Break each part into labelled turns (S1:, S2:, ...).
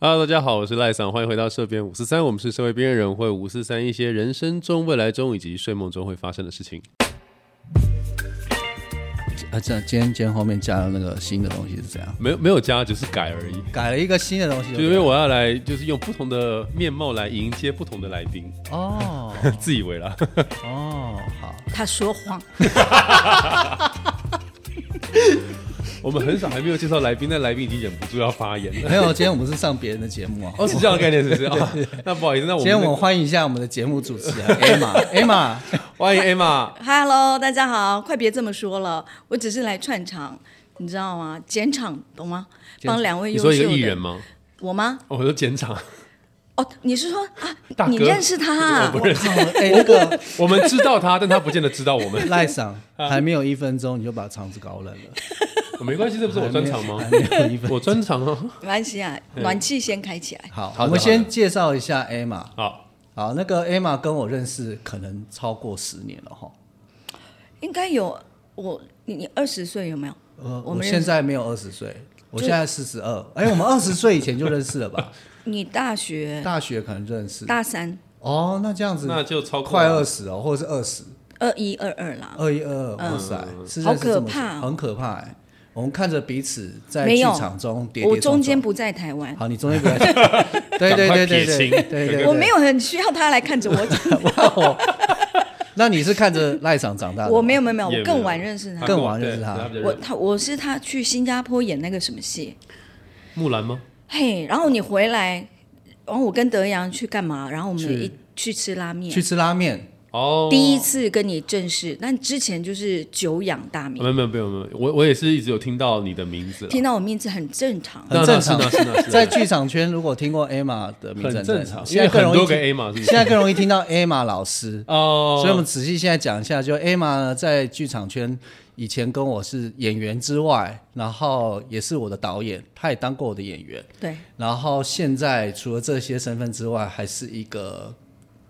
S1: Hello，大家好，我是赖桑，欢迎回到社编五四三，我们是社会边缘人会五四三一些人生中、未来中以及睡梦中会发生的事情。
S2: 啊，这样今天今天后面加了那个新的东西是怎样？
S1: 没有没有加，只是改而已。
S2: 改了一个新的东西，
S1: 就因为我要来，就是用不同的面貌来迎接不同的来宾，
S2: 哦
S1: 自以为啦。
S2: 哦好，
S3: 他说谎，
S1: 我们很少还没有介绍来宾，但来宾已经忍不住要发言了。
S2: 没有，今天我们是上别人的节目啊。
S1: 哦，是这样的概念是不 是？啊，那不好意思，那我
S2: 今
S1: 们
S2: 天我们欢迎一下我们的节目主持 人 Emma，Emma，
S1: 欢迎 Emma。
S3: Hello，大家好，快别这么说了，我只是来串场，你知道吗？剪场懂吗？帮两位
S1: 你
S3: 优秀
S1: 说
S3: 的
S1: 一个艺人吗？
S3: 我吗？
S1: 哦 我说剪场，
S3: 哦，你是说啊
S1: 大？哥
S3: 你认识他、
S1: 我
S3: 啊
S1: 不？认识。
S2: 哎，那个
S1: 我们知道他，但他不见得知道我们。
S2: 赖嗓还没有一分钟你就把肠子搞冷了，
S1: 没关系，这不是我专 场吗
S2: 还？没有一分。
S1: 我专场 啊。
S3: 没关系啊，暖气先开起来。
S2: 好，
S1: 好的
S2: 我们先介绍一下 Emma。
S1: 好，
S2: 好，那个 Emma 跟我认识可能超过十年了哈。
S3: 应该有我，你你二十岁有没有？
S2: 呃，
S3: 我
S2: 我
S3: 们
S2: 现
S3: 认识
S2: 在没有二十岁，我
S3: 就
S2: 现在四十二。哎，我们二十岁以前就认识了 吧？
S3: 你大学
S2: 大学可能认识。
S3: 大三，
S2: 哦，那这样子
S1: 那就超过
S2: 快
S1: 了
S2: 二十哦，或者是二十
S3: 二一二二啦。
S2: 二一二二，哇塞，
S1: 嗯
S2: 是
S3: 嗯好
S2: 认识这么
S3: 可怕
S2: 久
S3: 哦
S2: 很可怕哎。我们看着彼此在
S3: 没
S2: 剧
S3: 有
S2: 场中跌跌
S3: 我
S2: 撞
S3: 中
S2: 撞
S3: 间不在台湾，
S2: 好，你中间不要 对
S1: 赶
S2: 对
S1: 快
S2: 对对
S1: 撇
S2: 对
S1: 清
S2: 对对对，
S3: 我没有很需要他来看着我 长大。
S2: 有。那你是看着赖场长大的吗？
S3: 我没有没有没 有，
S1: 也
S3: 我更晚认识他。
S2: 更晚认识他
S1: 对比较
S3: 我
S1: 认
S3: 他我是他去新加坡演那个什么戏，
S1: 木兰吗？
S3: 嘿，然后你回来，然后我跟德阳去干嘛？然后我们
S2: 去
S3: 一去吃拉面
S2: 去。吃拉面，
S1: 哦，
S3: 第一次跟你正式，但之前就是久仰大名，
S1: 啊
S2: 哦
S1: 没有没有没有没有，我我也是一直有听到你的名字啦，
S3: 听到我名字很正常。
S1: 那
S2: 很正常
S1: 那是那是那是。
S2: 在剧场圈，如果听过 Emma 的名字，
S1: 很正常，
S2: 现
S1: 因为
S2: 在更
S1: 很
S2: 容易
S1: 多个
S2: 听，
S1: A 嘛，是不
S2: 现
S1: 是？
S2: 在更容易听到 Emma 老师。
S1: 哦，
S2: 所以，我们仔细现在讲一下，就 Emma 在剧场圈以前跟我是演员之外，然后也是我的导演，她也当过我的演员，
S3: 对，
S2: 然后现在除了这些身份之外，还是一个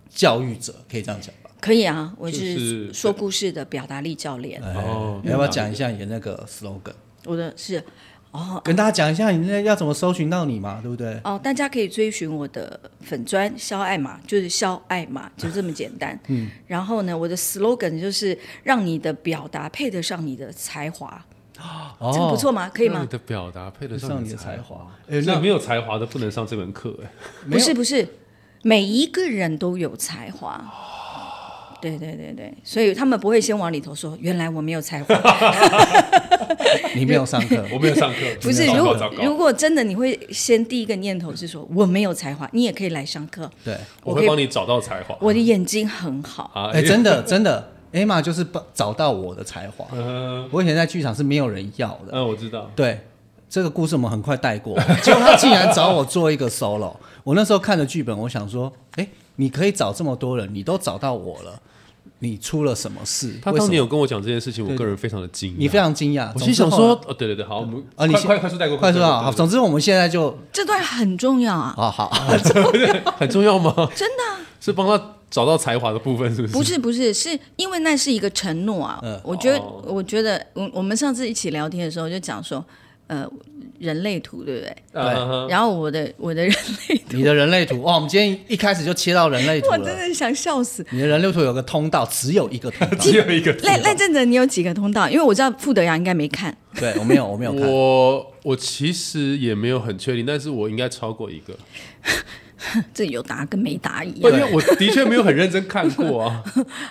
S2: 教育者，可以这样讲吧？
S3: 可以啊，我
S1: 就是
S3: 是说故事的表达力教练，
S1: 哦
S2: 哎要不要讲一下你的那个 slogan？
S3: 我的是哦
S2: 跟大家讲一下你那要怎么搜寻到你嘛，对不对？
S3: 哦，大家可以追寻我的粉砖肖爱玛，就是肖爱 玛，就这么简单。嗯，然后呢，我的 slogan 就是让你的表达配得上你的才华，这
S2: 哦
S3: 个不错吗？可以
S2: 嗯
S1: 那你
S3: 吗？
S1: 的表达配得
S2: 配上
S1: 上
S2: 你的才
S1: 才。
S2: 华。
S1: 哦哎，那没有才华的不能上这门课，哎，
S2: 没有
S3: 不是不是，每一个人都有才华。对对对对，所以他们不会先往里头说，原来我没有 才华。
S2: 你没有上课，
S1: 我没有上课。
S3: 不是，
S1: 糟
S3: 如
S1: 糕
S3: 果
S1: 糟糕
S3: 如果真的你会先第一个念头是说我没有才华，你也可以来上课，
S2: 对，
S1: 我
S3: 我可
S1: 会
S3: 以
S1: 帮你找到才华。
S3: 我的眼睛很好。
S1: 啊，
S2: 哎，真的真的，Emma 就是帮找到我的才华。
S1: 嗯，
S2: 我以前在剧场是没有人要的，
S1: 嗯，我知道。
S2: 对，这个故事我们很快带过， 结果他竟然找我做一个 solo。我那时候看着剧本，我想说，哎，你可以找这么多人，你都找到我了，你出了什么事？
S1: 他
S2: 为什
S1: 当
S2: 么
S1: 年有跟我讲这件事情，我个人非常的惊讶。
S2: 你非常惊讶，
S1: 我
S2: 总
S1: 心
S2: 之
S1: 想
S2: 后
S1: 说
S2: 来，，
S1: 哦，对对对，好，我们
S2: 啊，你
S1: 快
S2: 先
S1: 快快速带过，
S2: 快速
S1: 带过
S2: 啊！好，总之我们现在就
S3: 这段很重要啊，
S2: 啊，好，
S1: 很重要吗？
S3: 真的啊、
S1: 是帮他找到才华的部分，是不是？
S3: 不是不是，是因为那是一个承诺啊。
S2: 嗯
S3: 我觉得、
S1: 哦
S3: 我觉得我我们上次一起聊天的时候就讲说，呃，人类图对不对？
S1: 啊，
S3: 然后我的我的人类图，
S2: 你的人类图哇，我们今天一开始就切到人类图
S3: 我真
S2: 了。
S3: 的想笑死。
S2: 你的人类图有个通道，只有一个 通道。
S1: 只有一个字。
S3: 赖赖正哲，你有几个通道？因为我知道傅德阳应该没看，
S2: 对，我没有，我没有看。
S1: 我我其实也没有很确定，但是我应该超过一个，
S3: 这有答跟没答一
S1: 不
S3: 样
S1: 因为我的确没有很认真看过啊。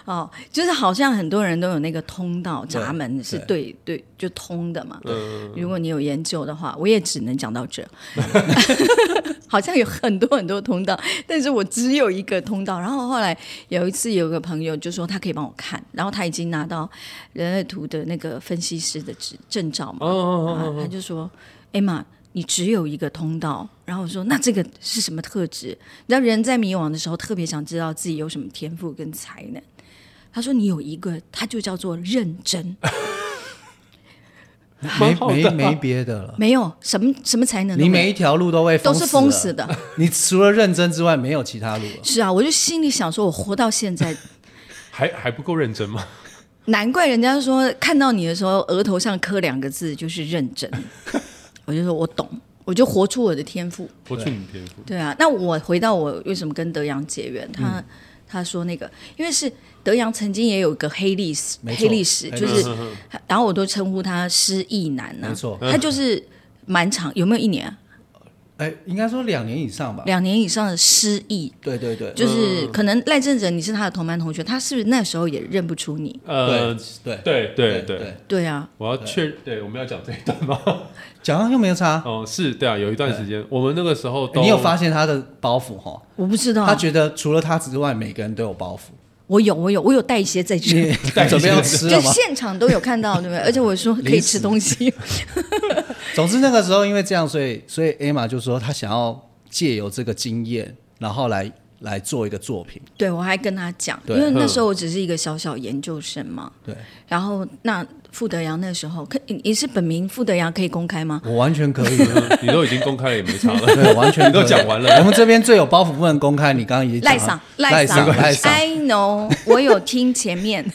S3: 哦。就是好像很多人都有那个通道闸门是对对就通的嘛。
S1: 嗯，
S3: 如果你有研究的话，我也只能讲到这。 好像有很多很多通道，但是我只有一个通道。然后后来有一次，有个朋友就说他可以帮我看，然后他已经拿到人类图的那个分析师的执证照嘛，啊，他就说：“哎妈，你只有一个通道。”然后我说：“那这个是什么特质？”你知道人在迷惘的时候，特别想知道自己有什么天赋跟才能。他说：“你有一个，它就叫做认真。”
S2: 没
S1: 蛮好的
S2: 没没别的了，
S3: 没有什么什么才能都
S2: 你
S3: 没有
S2: 每一条路都会
S3: 都是封死
S2: 了。
S3: 的。
S2: 你除了认真之外，没有其他路了。
S3: 是啊，我就心里想说，我活到现在，
S1: 还还不够认真吗？
S3: 难怪人家说看到你的时候，额头上刻两个字就是认真。我就说我懂，我就活出我的天赋。
S1: 活出你的天赋，
S3: 对啊，那我回到我为什么跟德阳结缘，他、他说那个，因为是德阳曾经也有一个黑历史，
S2: 没错
S3: 黑历史就是
S1: 嗯，嗯
S3: 他然后我都称呼他失忆男呢、
S2: 没错
S3: 他就是蛮长，有没有一年啊、
S2: 哎，应该说两年以上吧。
S3: 两年以上的失忆，
S2: 对对对，
S3: 就是可能赖正哲你是他的同班同学，他是不是那时候也认不出你？
S1: 呃，
S2: 对
S1: 对对对，
S2: 对，
S3: 对啊，
S1: 我要确对，我们要讲这一段吗？
S2: 讲到又没有差。
S1: 哦，是对啊，有一段时间，我们那个时候都
S2: 你有发现他的包袱哈？
S3: 我不知道
S2: 他
S3: 啊，
S2: 觉得除了他之外，每个人都有包 袱。
S3: 我有我有我有带一些在去。
S1: 带一些
S2: 准备要吃
S3: 就
S2: 了吗？
S3: 现场都有看到，对不 对？而且我说可以吃东西，
S2: 总之那个时候因为这样，所以所以 Emma 就说她想要借由这个经验，然后来来做一个作品。
S3: 对我还跟他讲，因
S2: 对
S3: 为那时候我只是一个小小研究生嘛。
S2: 对
S3: 然后那傅德阳那时候可你你是本名傅德阳可以公开吗？
S2: 我完全可以，
S1: 嗯你都已经公开了，也没差了。
S2: 对，完全可以
S1: 你都讲完了
S2: 我们这边最有包袱不能公开，你刚刚已经
S3: 赖
S2: 讲
S3: 嗓
S2: 了，
S3: 啊赖
S2: 嗓，赖
S3: 嗓
S2: 嗓。
S3: ，I know，我有听前面。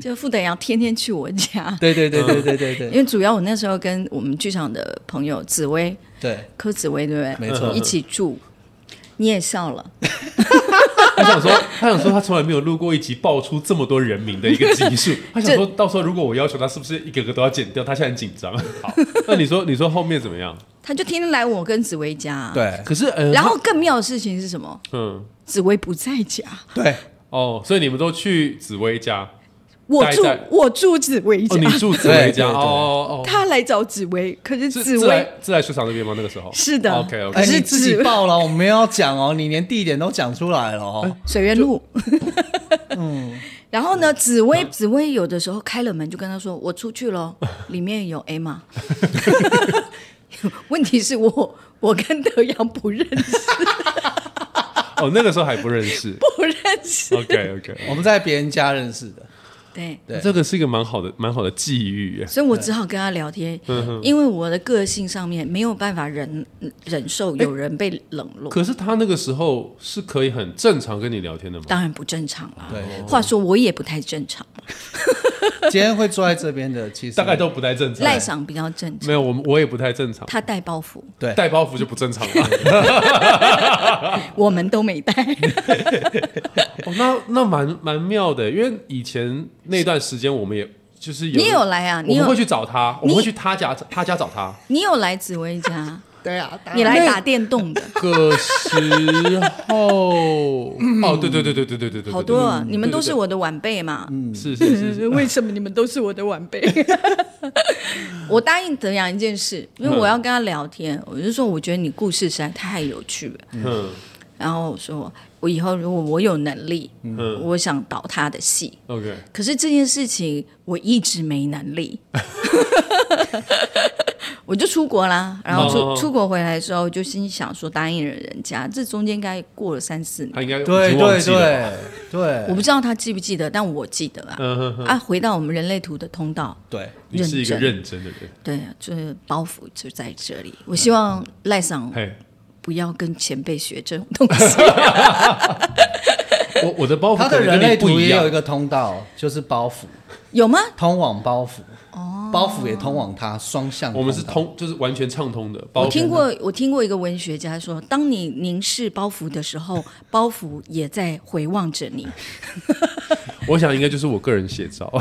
S3: 就傅德阳天天去我家，
S2: 对对对对对对
S3: 因
S2: 对
S3: 为主要我那时候跟我们剧场的朋友紫薇
S2: 对，
S3: 柯紫薇，对不对？
S2: 没错
S3: 一起住。你也笑了，
S1: 他想说，他想说，他从来没有录过一集爆出这么多人名的一个集数。他想说到时候如果我要求他，是不是一个个都要剪掉？他现在很紧张。好， 那你说，你说后面怎么样？
S3: 他就天天来我跟紫薇家、啊。
S2: 对
S1: 可是，呃
S3: 然后更妙的事情是什么？
S1: 他嗯，
S3: 紫薇不在家，
S2: 对，
S1: 哦，所以你们都去紫薇家，
S3: 我
S1: 待
S3: 住
S1: 在
S3: 我住紫薇家，
S1: 哦，你住紫薇家，
S2: 对对对
S1: 哦哦哦，
S3: 他来找紫薇，可是
S1: 是啊自
S3: 紫薇
S1: 来自来水厂那边吗？那个时候
S3: 是的
S1: ，OK
S2: 哎，
S1: OK，
S3: 是
S2: 你自己
S3: 指
S2: 报了，我没有讲哦，你连地点都讲出来了哦。
S3: 水源路。
S1: 嗯
S3: 然后呢，紫薇紫薇有的时候开了门就跟他说：“我出去喽，里面有 Emma。” 问题是我我跟德阳不认识，
S1: 哦，那个时候还不认识。
S3: 不认识。
S1: OK OK，
S2: 我们在别人家认识的，
S3: 对，
S2: 对
S1: 这个是一个蛮好的蛮好的际遇耶。
S3: 所以我只好跟他聊天，
S1: 嗯
S3: 因为我的个性上面没有办法忍忍受有人被冷落，
S1: 可是他那个时候是可以很正常跟你聊天的吗？
S3: 当然不正常啦。
S2: 对
S3: 话说我也不太正常，
S2: 今天会坐在这边的，其实
S1: 大概都不太正常。
S3: 赖嗓比较正常，
S1: 没有，我们我也不太正常，
S3: 他带包袱，
S2: 对
S1: 带包袱就不正常 了。
S3: 我们 都没带。
S1: 哦，那那蛮蛮妙的，因为以前那段时间我们也就是有
S3: 你有来啊？
S1: 我
S3: 你
S1: 们
S3: 有
S1: 会去找他，我
S3: 你
S1: 们会去他家他家找他。
S3: 你有来紫薇 家？
S2: 对啊，
S3: 你来打电动的
S1: 个时 候，哦，对对对对对对对对对，嗯
S3: 好多啊
S1: 对！对
S3: 你们都
S1: 对
S3: 是我的晚辈嘛？
S1: 对是是是是，
S3: 为什么你们都是我的晚辈？我答应德阳一件事，因
S1: 嗯
S3: 为我要跟他聊天，我就说我觉得你故事实在太有趣了。
S1: 嗯
S3: 然后我说我以后如果我有能力，
S1: 嗯
S3: 我想导他的戏。
S1: ，OK，
S3: 可是这件事情我一直没能 力，我就出国啦。然后出、
S1: 哦
S3: 出国回来的时候，就心想说答应了人家，这中间应该过了三四年。
S1: 他应该已
S2: 对
S1: 经忘
S2: 对
S1: 记了吧，
S2: 对对，
S3: 我不知道他记不记得，但我记得啊。
S1: 嗯哼哼，
S3: 啊，回到我们人类图的通道，
S2: 对，
S1: 你是一个
S3: 认真
S1: 认真的人，
S3: 对，啊就是包袱就在这里。我希望赖桑
S1: 嗯嘿。
S3: 不要跟前辈学这种东西。
S1: 我我的包
S2: 他
S1: 袱可
S2: 的
S1: 能
S2: 人
S1: 跟
S2: 类
S1: 你不
S2: 图
S1: 一
S2: 也
S1: 样
S2: 有一，个通道，就是包袱，
S3: 有吗？
S2: 通往包袱，
S3: 哦
S2: 包袱也通往他，双向。
S1: 我们是，通，就是完全畅通的。包
S3: 我听过，我听过一个文学家说，当你凝视包袱的时候，包袱也在回望着你。
S1: 我想应该就是 我个人写照。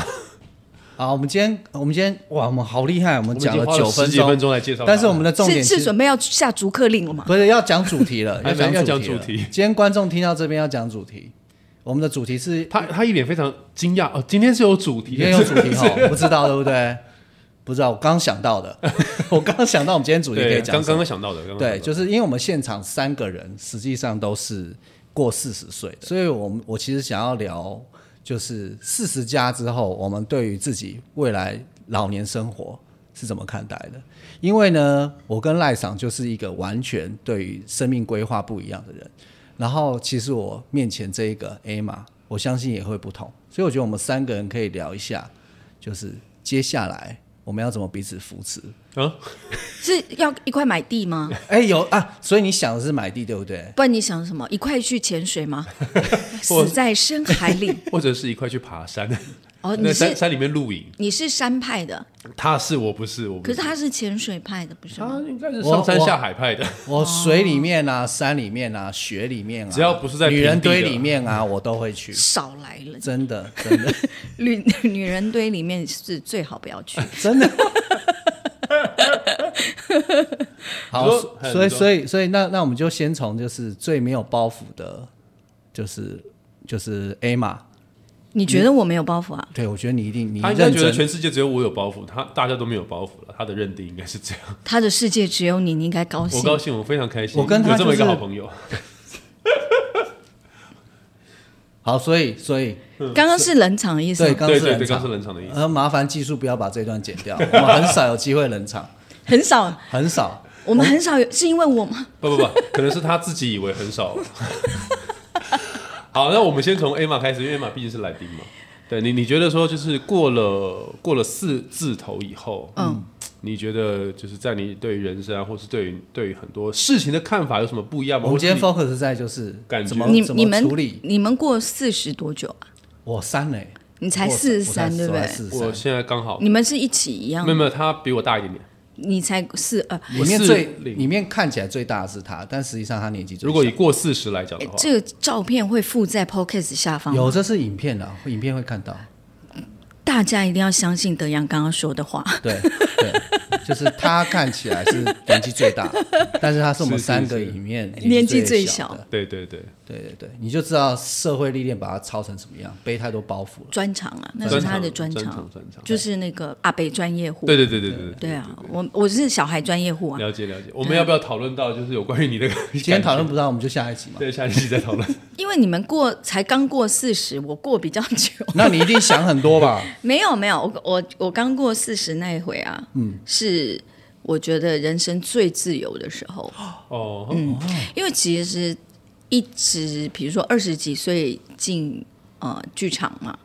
S2: 好，我们今天我们今天哇，我们好厉害，我们讲
S1: 我们已经花
S2: 九
S1: 十几分钟来介绍它了，
S2: 但是我们的重
S3: 是
S2: 点
S3: 是
S2: 其实
S3: 准备要下逐客令了吗？
S2: 不是要讲主题了，
S1: 还没
S2: 要
S1: 要
S2: 讲
S1: 讲
S2: 主
S1: 主
S2: 题
S1: 题
S2: 了。今天观众听到这边要讲主题，我们的主题是
S1: 他他一脸非常惊讶哦，今天是有主题
S2: 今
S1: 的，
S2: 天有主 题哈，不知道对不对？不知道，我刚想到的，我刚想到我们今天主题可以
S1: 对，
S2: 讲
S1: 刚
S2: 什
S1: 刚
S2: 么。
S1: 刚想到的，刚刚
S2: 对，
S1: 想到的
S2: 就是因为我们现场三个人实际上都是过四十岁的，所以我们我其实想要聊，就是四十加之后，我们对于自己未来老年生活是怎么看待的？因为呢，我跟赖赏就是一个完全对于生命规划不一样的人，然后其实我面前这一个 A 嘛，我相信也会不同，所以我觉得我们三个人可以聊一下，就是接下来我们要怎么彼此扶持。
S1: 啊，
S3: 是要一块买地吗？
S2: 哎，有啊，所以你想的是买地对不对？
S3: 不然你想什么？一块去潜水吗？
S1: 我
S3: 死在深海里
S1: 或者是一块去爬山，
S3: 哦，你
S1: 在山
S3: 是
S1: 山里面露营。
S3: 你是山派的，
S1: 他是我不是我不啊
S3: 可是
S1: 是，
S3: 他是潜水派的，不是吗？
S1: 他应该是上山下海派的。
S2: 我水里面啊、山里面啊、雪里面啊，
S1: 只要不是在
S2: 女人
S1: 平地
S2: 堆
S1: 的
S2: 里面啊，我都会去。
S3: 少来了，
S2: 真的，真的，
S3: 女女人堆里面是最好不要去。
S2: 真的。 好
S1: 你说，
S2: 所以
S1: 你说
S2: 所以所以那那我们就先从就是最没有包袱的，就是就是 A 嘛，
S3: 你觉得我没有包袱啊？
S2: 对我觉得你一定你
S1: 他应该
S2: 认
S1: 觉得
S2: 真，
S1: 全世界只有我有包袱，他大家都没有包袱了。他的认定应该是这样。
S3: 他的世界只有你，你应该高
S1: 我
S3: 兴。
S1: 高兴，我非常开心，
S2: 我跟他
S1: 有这么一个
S2: 就是
S1: 好朋友。
S2: 好，所以所以
S3: 刚刚是冷场的意思
S2: 对，
S3: 吗，
S2: 刚刚
S1: 对
S2: 是
S1: 对
S2: 冷
S1: 对，
S2: 场
S1: 刚是冷场的意思。
S2: 呃，麻烦技术不要把这段剪掉，我们很少有机会冷场，
S3: 很少，
S2: 很少。
S3: 我们很少有，是因为我吗？
S1: 不不不，可能是他自己以为很少。啊 好，那我们先从 A 玛开始，因为 A 玛毕竟是来宾嘛。对你，你觉得说就是过了过了四字头以后，嗯，你觉得就是在你对于人生啊，或是对于对于很多事情的看法有什么不一样吗？
S2: 我们今天
S1: 或是
S2: focus 在就是
S1: 感觉
S2: 怎么
S3: 你
S2: 怎
S3: 你
S2: 么
S3: 们
S2: 处理，
S3: 你们过四十多久啊？
S2: 我删嘞，
S3: 你才
S2: 我
S3: 四十
S2: 我才
S3: 三，对不对？
S2: 四
S1: 你我现在刚好
S3: 你们是一起一样呃
S1: 没
S3: 的
S1: 有，没有，他比我大一点点。
S3: 你才四二。
S2: 里面
S1: 我是
S2: 最
S1: 零
S2: 里面看起来最大的是他，但实际上他年纪最
S1: 如果
S2: 小
S1: 以过四十来讲的话，
S3: 哎这个照片会附在 podcast 下方吗，
S2: 有这是影片的，影片会看到。
S3: 大家一定要相信德阳刚刚说的话。
S2: 对对， 就是他看起来是年纪最 大，但是他是我们
S1: 是是
S2: 三个里面
S3: 年纪最
S2: 小
S3: 小
S2: 的。
S1: 对对对，
S2: 对对对，你就知道社会历练把他操成什么样，背太多包袱了。
S3: 专长啊，那是他的专
S1: 专
S3: 长，
S1: 专长。
S3: 就是那个阿北专业户。
S1: 对对对对对
S3: 对啊，我我是小孩专业户啊。
S1: 了解了解。我们要不要讨论到就是有关于你的？今
S2: 今天讨论不到，我们就下一集嘛。
S1: 对，下一期再讨论。
S3: 因为你们过才刚过四十，我过比较久。
S2: 那你一定想很多吧？
S3: 没有没有，我我我刚过四十那一回啊，嗯，是我觉得人生最自由的时候，
S1: 哦，
S3: 因为其实一直比如说二十几岁进呃剧场嘛，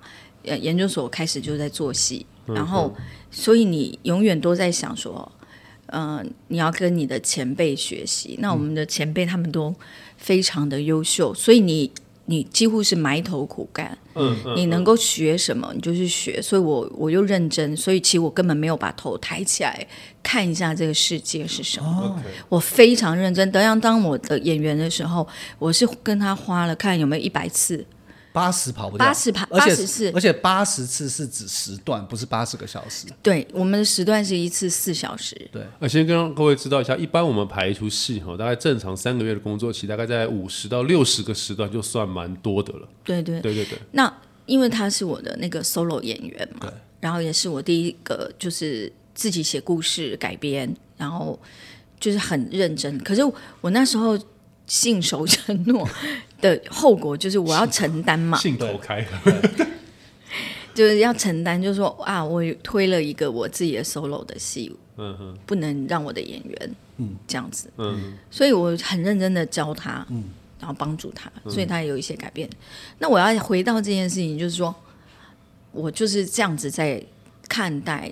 S3: 呃研究所开始就在做戏，
S1: 嗯
S3: 然后所以你永远都在想说，呃你要跟你的前辈学习，
S1: 嗯
S3: 那我们的前辈他们都非常的优秀，所以你你几乎是埋头苦干，
S1: 嗯嗯，
S3: 你能够学什么，你就去学。所以我我又认真，所以其实我根本没有把头抬起来看一下这个世界是什么。
S1: OK，
S3: 我非常认真。德阳当我的演员的时候，我是跟他花了看有没有一百次，
S2: 八十跑不掉，
S3: 80跑
S2: 而且
S3: 80次
S2: 而且八十次是指时段，不是八十个小时。
S3: 对，我们的时段是一次四小时。
S2: 对，
S1: 呃，先跟各位知道一下，一般我们排一出戏哈，大概正常三个月的工作期，大概在五十到六十个时段，就算蛮多的了。
S3: 对对
S1: 对对对，
S3: 那因为他是我的那个 solo 演员嘛，然后也是我第一个就是自己写故事改编，然后就是很认真。可是我那时候信守承诺的后果就是我要承担嘛，
S1: 兴头开，
S3: 就是要承担，就是说啊，我推了一个我自己的 solo 的戏，
S1: 嗯哼，
S3: 不能让我的演员嗯这样子，
S1: 嗯，
S3: 所以我很认真的教他，然后帮助他，所以他也有一些改变。那我要回到这件事情，就是说我就是这样子在看待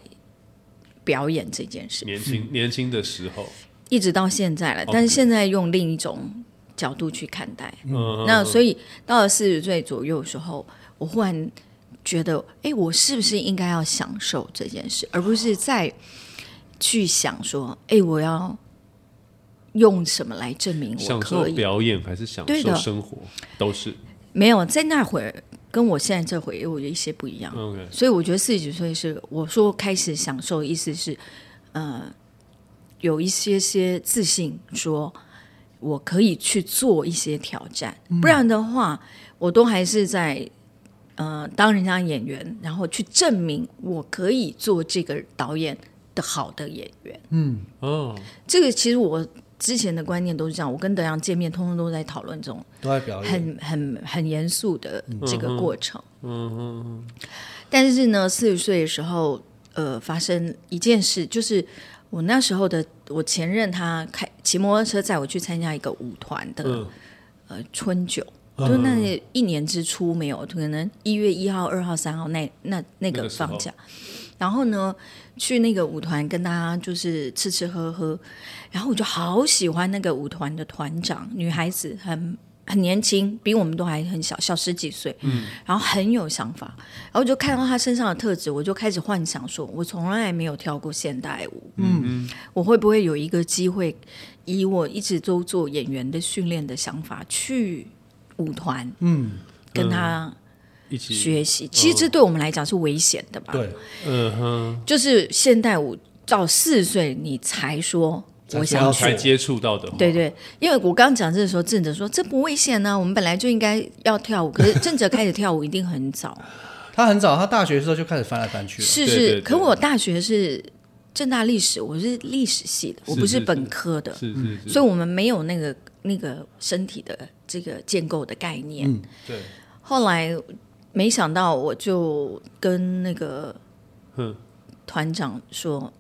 S3: 表演这件事，
S1: 年轻年轻的时候，
S3: 一直到现在了。但是现在用另一种角度去看待，
S1: 嗯，
S3: 那所以到了四十岁左右的时候，我忽然觉得，哎，我是不是应该要享受这件事，而不是再去想说，哎，我要用什么来证明嗯我
S1: 享受
S3: 可以？
S1: 表演还是享
S3: 对
S1: 受
S3: 的
S1: 生活，都是
S3: 没有，在那会儿跟我现在这会儿又有一些不一样，
S1: OK。
S3: 所以我觉得四十几岁是我说开始享受，意思是，呃，有一些些自信，说我可以去做一些挑战，不然的话，我都还是在。呃，当人家演员，然后去证明我可以做这个导演的好的演员。
S1: 哦，
S3: 这个其实我之前的观念都是这样，我跟德阳见面，通通都在讨论这种
S2: 都在表演。
S3: 很很很严肃的这个过程。嗯但是呢，四十岁的时候，呃，发生一件事，就是我那时候的我前任他开骑摩托车载我去参加一个舞团的、
S1: 嗯
S3: 呃春酒。就那一年之初没有，可能一月一号、二号、三号那那那
S1: 那
S3: 个
S1: 个时候
S3: 放假，然后呢，去那个舞团跟大家就是吃吃喝喝，然后我就好喜欢那个舞团的团长，女孩子很很年轻，比我们都还很小，小十几岁，嗯，然后很有想法，然后就看到他身上的特质，我就开始幻想说，我从来没有跳过现代舞，嗯，我会不会有一个机会，以我一直都做演员的训练的想法去舞团，嗯，跟他
S1: 一起，
S3: 学习？其实这对我们来讲是危险的吧？
S2: 对，
S1: 嗯哼，
S3: 就是现代舞到四十岁你才说我
S2: 才
S3: 想
S2: 说
S1: 才接触到的，
S3: 对，对，因为我刚讲这的时候，郑哲说这不危险啊呢、我们本来就应该要跳舞。可是郑哲开始跳舞一定很早，
S2: 他很早，他大学的时候就开始翻来翻去了。
S3: 是
S1: 对
S3: 是。
S1: 对对
S3: 可我大学是正大历史，我是历史系的，我
S1: 是
S3: 不
S1: 是
S3: 是本科的，
S1: 是是是，
S3: 所以我们没有那个那个身体的这个建构的概念。
S1: 对，
S3: 后来没想到，我就跟那个
S1: 嗯，
S3: 团长说，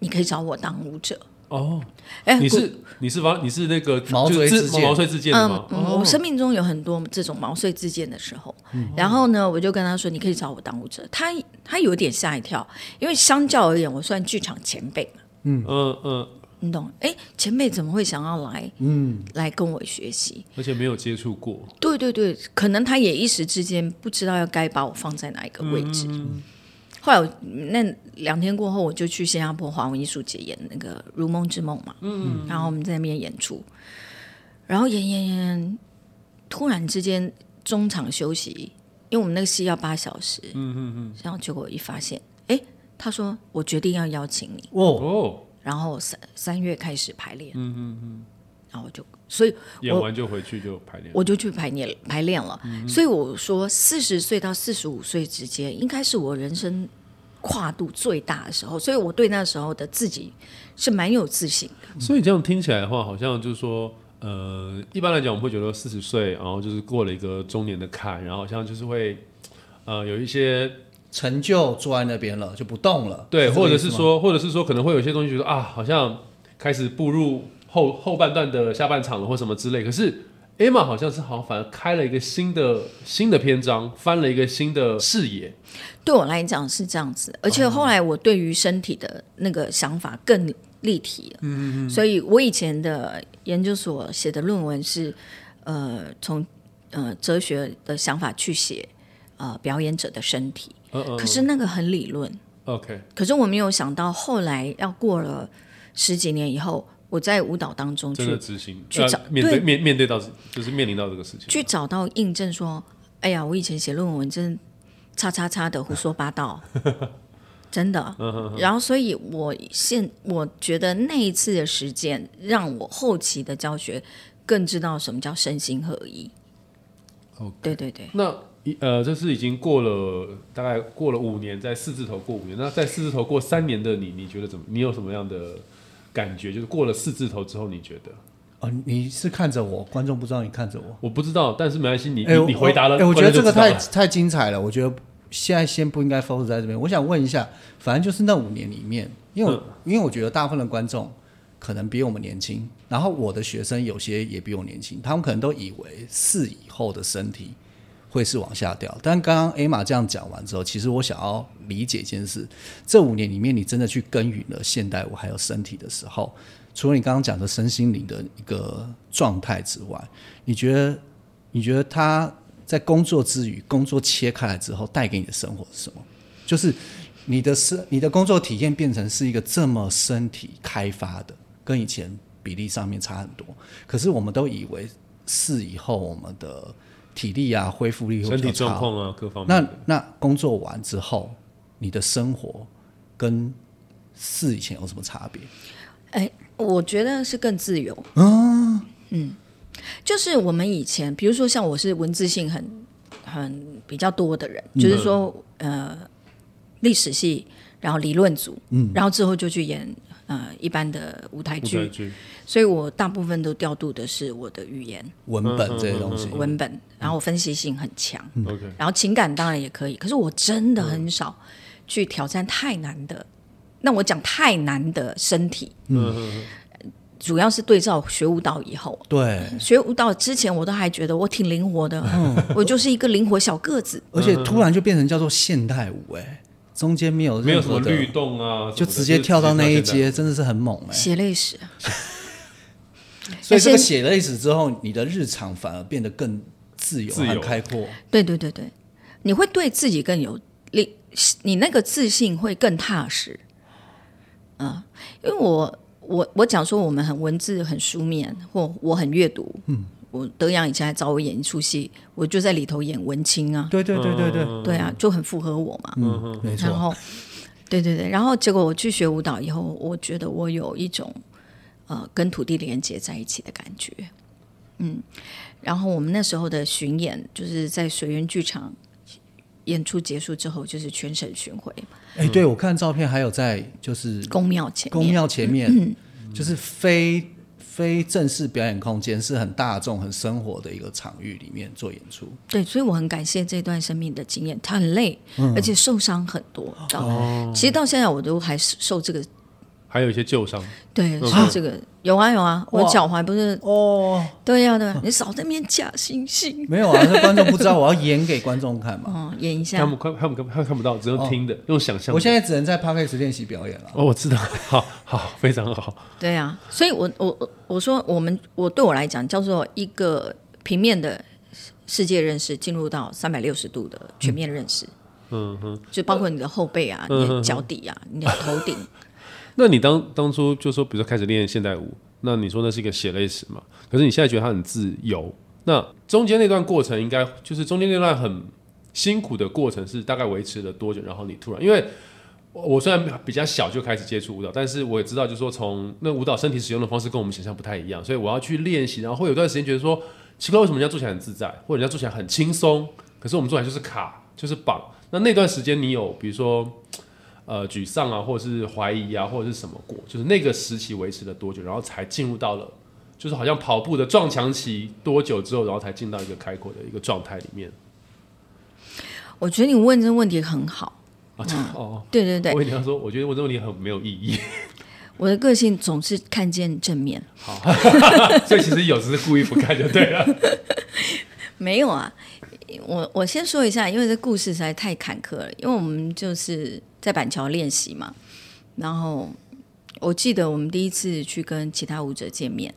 S3: 你可以找我当舞者。
S1: 哦，
S3: 哎，
S1: 你
S3: 古
S1: 是你是方你是那个
S2: 毛
S1: 就是
S2: 遂
S1: 自
S2: 自荐
S1: 毛遂自荐的吗？哦
S3: 嗯，我生命中有很多这种毛遂自荐的时候，
S1: 嗯哦
S3: 然后呢，我就跟他说：“你可以找我当舞者。他”他有点吓一跳，因为相较而言，我算剧场前辈嘛，
S1: 嗯嗯，
S3: 你懂？哎，前辈怎么会想要来？嗯，来跟我学习？
S1: 而且没有接触过，
S3: 对对对，可能他也一时之间不知道要该把我放在哪一个位置。后来我那两天过后，我就去新加坡华文艺术节演那个《如梦之梦》嘛，嗯，然后我们在那边演出，然后演演演演，突然之间中场休息，因为我们那个戏要八小时，嗯嗯嗯，然后结果我一发现，哎，他说我决定要邀请你，
S2: 哦，
S1: 哦，
S3: 然后三三月开始排练，嗯嗯嗯，然后我就所以
S1: 演完就回去就排练，
S3: 我就去排练排练了。所以我说，四十岁到四十五岁之间，应该是我人生跨度最大的时候。所以我对那时候的自己是蛮有自信的。
S1: 所以这样听起来的话，好像就是说，呃，一般来讲，我们会觉得四十岁，然后就是过了一个中年的坎，然后好像就是会，呃，有一些
S2: 成就坐在那边了，就不动了。
S1: 对，
S2: 这个
S1: 或者
S2: 意思
S1: 是
S2: 吗，
S1: 说，或者是说，可能会有一些东西觉得啊，好像开始步入后后半段的下半场了，或什么之类。可是 Emma 好像是好像反而开了一个新的新的篇章，翻了一个新的视野。
S3: 对我来讲是这样子，而且后来我对于身体的那个想法更立体了。嗯所以我以前的研究所写的论文是，呃，从呃哲学的想法去写呃表演者的身体，
S1: 嗯嗯
S3: 可是那个很理论。
S1: ，OK，
S3: 可是我没有想到，后来要过了十几年以后，我在舞蹈当中
S1: 真的
S3: 去
S1: 执行，
S3: 去找
S1: 呃面对
S3: 对
S1: 面面对到就是面临到这个事情。
S3: 去找到印证，说，哎呀，我以前写论文真叉叉叉的胡说八道，真 的。然后，所以我现我觉得那一次的实践，让我后期的教学更知道什么叫身心合一。
S1: OK
S3: 对对对，
S1: 那一呃，这是已经过了大概过了五年，在四字头过五年。那在四字头过三年的你，你觉得怎么？你有什么样的感觉？就是过了四字头之后，你觉得？
S2: 哦，你是看着我，观众不知道你看着我。
S1: 我不知道，但是没关系，你、
S2: 哎
S1: 你你
S2: 我
S1: 回答了，
S2: 哎，我觉
S1: 观
S2: 得
S1: 众
S2: 这
S1: 就
S2: 个
S1: 知道
S2: 太
S1: 了
S2: 太精彩了。我觉得现在先不应该 focus 在这边。我想问一下，反正就是那五年里面，因
S1: 嗯
S2: 为我、因为我觉得大部分的观众可能比我们年轻，然后我的学生有些也比我年轻，他们可能都以为四以后的身体会是往下掉。但刚刚 Emma 这样讲完之后，其实我想要理解一件事：这五年里面，你真的去耕耘了现代舞还有身体的时候，除了你刚刚讲的身心灵的一个状态之外，你觉得你觉得他在工作之余，工作切开来之后，带给你的生活是什么？就是你的生你的工作体验变成是一个这么身体开发的，跟以前比例上面差很多。可是我们都以为是以后我们的体力啊、恢复力会
S1: 身体
S2: 比较差
S1: 状况啊，各方面
S2: 那
S1: 的。
S2: 那工作完之后，你的生活跟是以前有什么差别？
S3: 哎，我觉得是更自由。嗯
S2: 啊，
S3: 就是我们以前，比如说像我是文字性很很比较多的人，就是说呃历史系，然后理论组，嗯，然后之后就去演呃一般的舞台
S1: 舞台
S3: 剧，
S1: 剧，
S3: 所以我大部分都调度的是我的语言
S2: 文
S1: 嗯
S2: 本这些东西，
S3: 文本，然后我分析性很强，
S2: 嗯
S1: OK，
S3: 然后情感当然也可以，可是我真的很少去挑战太难的。那我讲太难的身体，
S1: 嗯，
S3: 主要是对照学舞蹈以后，
S2: 对，
S3: 学舞蹈之前，我都还觉得我挺灵活的，我就是一个灵活小个子。
S2: 而且突然就变成叫做现代舞、哎，中间没有
S1: 没有
S2: 任
S1: 什
S2: 何
S1: 么
S2: 的，
S1: 律动啊，什么的
S2: 就直接跳到那一阶，
S1: 就是直接
S2: 真的是很猛哎、
S3: 血泪史，
S2: 哎所以这个
S3: 先
S2: 写了历史之后，你的日常反而变得更自由
S1: 自
S2: 和
S1: 由
S2: 开阔。
S3: 对对对对，你会对自己更有力，你那个自信会更踏实。啊、因为我我我讲说我们很文字很书面，或我很阅读，嗯，我德阳以前还找我演一出戏，我就在里头演文青啊，
S2: 对对对对对，
S3: 对啊，就很符合我嘛。
S2: 嗯，没
S3: 然
S2: 错，
S3: 后，对对对，然后结果我去学舞蹈以后，我觉得我有一种呃跟土地连接在一起的感觉，嗯。然后我们那时候的巡演就是在水源剧场演出结束之后，就是全省巡回
S2: 哎，对我看照片还有在就是
S3: 宫庙前
S2: 嗯宫
S3: 面，
S2: 庙前面，就是非非正式表演空间，是很大众、很生活的一个场域里面做演出。
S3: 对，所以我很感谢这段生命的经验，他很累，
S2: 嗯
S3: 而且受伤很多，到、
S2: 哦
S3: 其实到现在我都还是受这个。
S1: 还有一些旧伤，
S3: 对，受这个、有啊有啊，我
S2: 哇
S3: 脚踝不是，
S2: 哦，
S3: 对呀、对呀、你少在那边假惺惺，
S2: 没有啊，那观众不知道，我要演给观众看嘛。
S3: 哦，演一下
S1: 他，们看他们看看不到，只能听的，用想象的。
S2: 哦我现在只能在 p o d c a s t 练习表演了。
S1: 哦，我知道，好好，非常好。
S3: 对啊，所以我我我我说我们我对我来讲叫做一个平面的世界认识进入到三百六十度的全面认识，
S1: 嗯哼，嗯
S3: 就包括你的后背啊、你的脚底啊、你的头顶，
S1: 那你当当初就说，比如说开始练现代舞，那你说那是一个血泪史嘛？可是你现在觉得它很自由，那中间那段过程应该就是中间那段很辛苦的过程是大概维持了多久？然后你突然因为。我我虽然比较小就开始接触舞蹈，但是我也知道，就是说从那舞蹈身体使用的方式跟我们想象不太一样，所以我要去练习，然后会有段时间觉得说，奇怪，为什么人家做起来很自在，或者人家做起来很轻松，可是我们做起来就是卡，就是绑。那那段时间你有比如说呃沮丧啊，或者是怀疑啊，或者是什么过，就是那个时期维持了多久，然后才进入到了就是好像跑步的撞墙期多久之后，然后才进到一个开阔的一个状态里面
S3: 我觉得你问这个问题很好，
S1: 啊？这哦，
S3: 对对嗯对
S1: 我，跟你说，我觉得我这个问题很没有意义，
S3: 我的个性总是看见正面，
S1: 所以其实有时是故意不看就对了。
S3: 没有啊，我我先说一下，因为这故事实在太坎坷了。因为我们就是在板桥练习嘛，然后我记得我们第一次去跟其他舞者见面，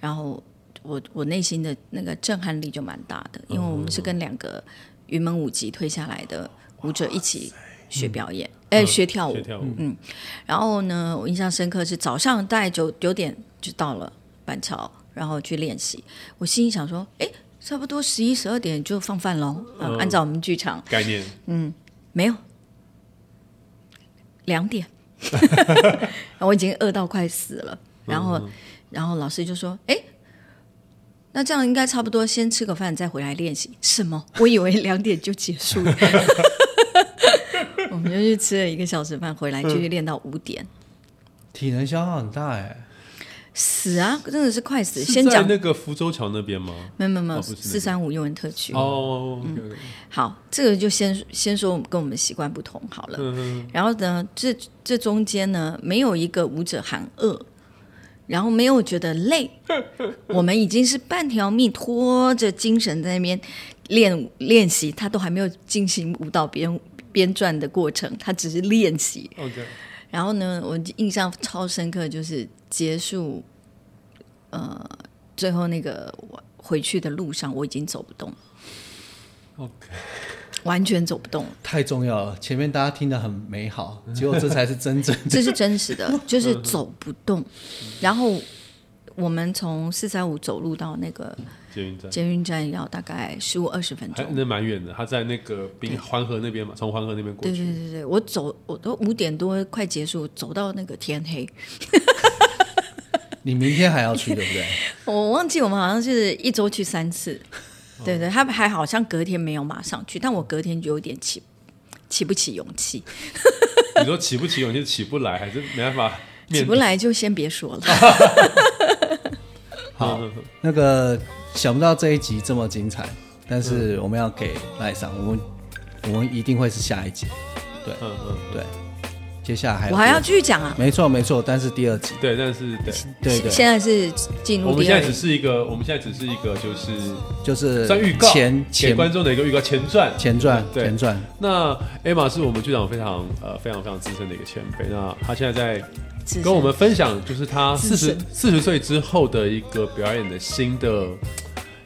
S3: 然后我我内心的那个震撼力就蛮大的，因为我们是跟两个云门舞集推下来的舞者一起学表演，哎、 学跳舞嗯
S1: 学，跳舞，
S3: 然后呢，我印象深刻是早上大概九九点就到了板桥，然后去练习。我心里想说，哎，差不多十一十二点就放饭喽、啊
S1: 嗯
S3: 按照我们剧场
S1: 概念
S3: 没有两点，我已经饿到快死了。然后，然后老师就说，哎。那这样应该差不多，先吃个饭再回来练习。什么？我以为两点就结束了。我们就去吃了一个小时饭，回来继续练到五点。
S2: 体能消耗很大哎、
S3: 死啊，真的是快死！
S1: 是
S3: 先
S1: 在
S3: 讲，
S1: 那个福州桥那边吗？
S3: 没有没有没有，
S1: 哦不是那个
S3: 四三五英文特区。
S1: 哦，OK，OK，
S3: 嗯好，这个就先先说我们跟我们习惯不同好了。
S1: 嗯
S3: 然后呢，这这中间呢，没有一个舞者喊饿，然后没有觉得 累，我们已经是半条命拖着精神在那边练练习，他都还没有进行舞蹈编编撰的过程，他只是练习。
S1: ，OK，
S3: 然后呢，我印象超深刻，就是结束，呃，最后那个我回去的路上，我已经走不动
S1: OK
S3: 完全走不动了，
S2: 太重要了。前面大家听得很美好，
S1: 嗯
S2: 结果这才是 真正
S3: 这是真实的，就是走不动。
S1: 嗯
S3: 然后我们从四三五走路到那个
S1: 捷运站。
S3: 捷运站要大概十五二十分
S1: 嗯还
S3: 钟。
S1: 那蛮远的，他在那个滨环河那边嘛，从环河那边过
S3: 对
S1: 去
S3: 对。对对，我走我都五点多快结束，走到那个天黑，
S2: 你明天还要去，对不对？
S3: 我忘记我们好像是一周去三次，
S1: 哦
S3: 对对，他们还好像隔天没有马上去，但我隔天就有点起起不起勇气，
S1: 你说起不起勇气起不来，还是没办法面
S3: 起
S1: 对
S3: 不来就先 别说了。
S2: 好，那个想不到这一集这么精彩，但是我们要给赖上，我们我们一定会是下一集，
S1: 嗯嗯，
S2: 对，接下来还有
S3: 我还要
S2: 第
S3: 继续讲啊
S2: 二，没错没错，但是第二集，
S1: 对，但是对，
S2: 对对，
S3: 现在是进
S1: 我
S3: 入
S1: 们
S3: 第
S1: 现
S3: 二
S1: 在，只是一个，我们现在只是一个，就是
S2: 就是
S1: 算预告
S2: 呃前
S1: 给
S2: 前
S1: 观众的一个预告前传。
S2: 前传
S1: 对
S2: 前传，
S1: 那 Emma 是我们剧场非常呃非常非常资深的一个前辈，那他现在在
S3: 资
S1: 跟我
S3: 深
S1: 们分享，就是他四
S3: 资
S1: 十
S3: 深
S1: 四十岁之后的一个表演的新的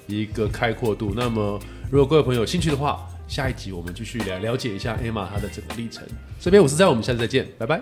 S1: 一个开阔度。那么，如果各位朋友有兴趣的话，下一集我们继续来了解一下 Emma 她的整个历程。这边我是在，我们下次再见，拜拜。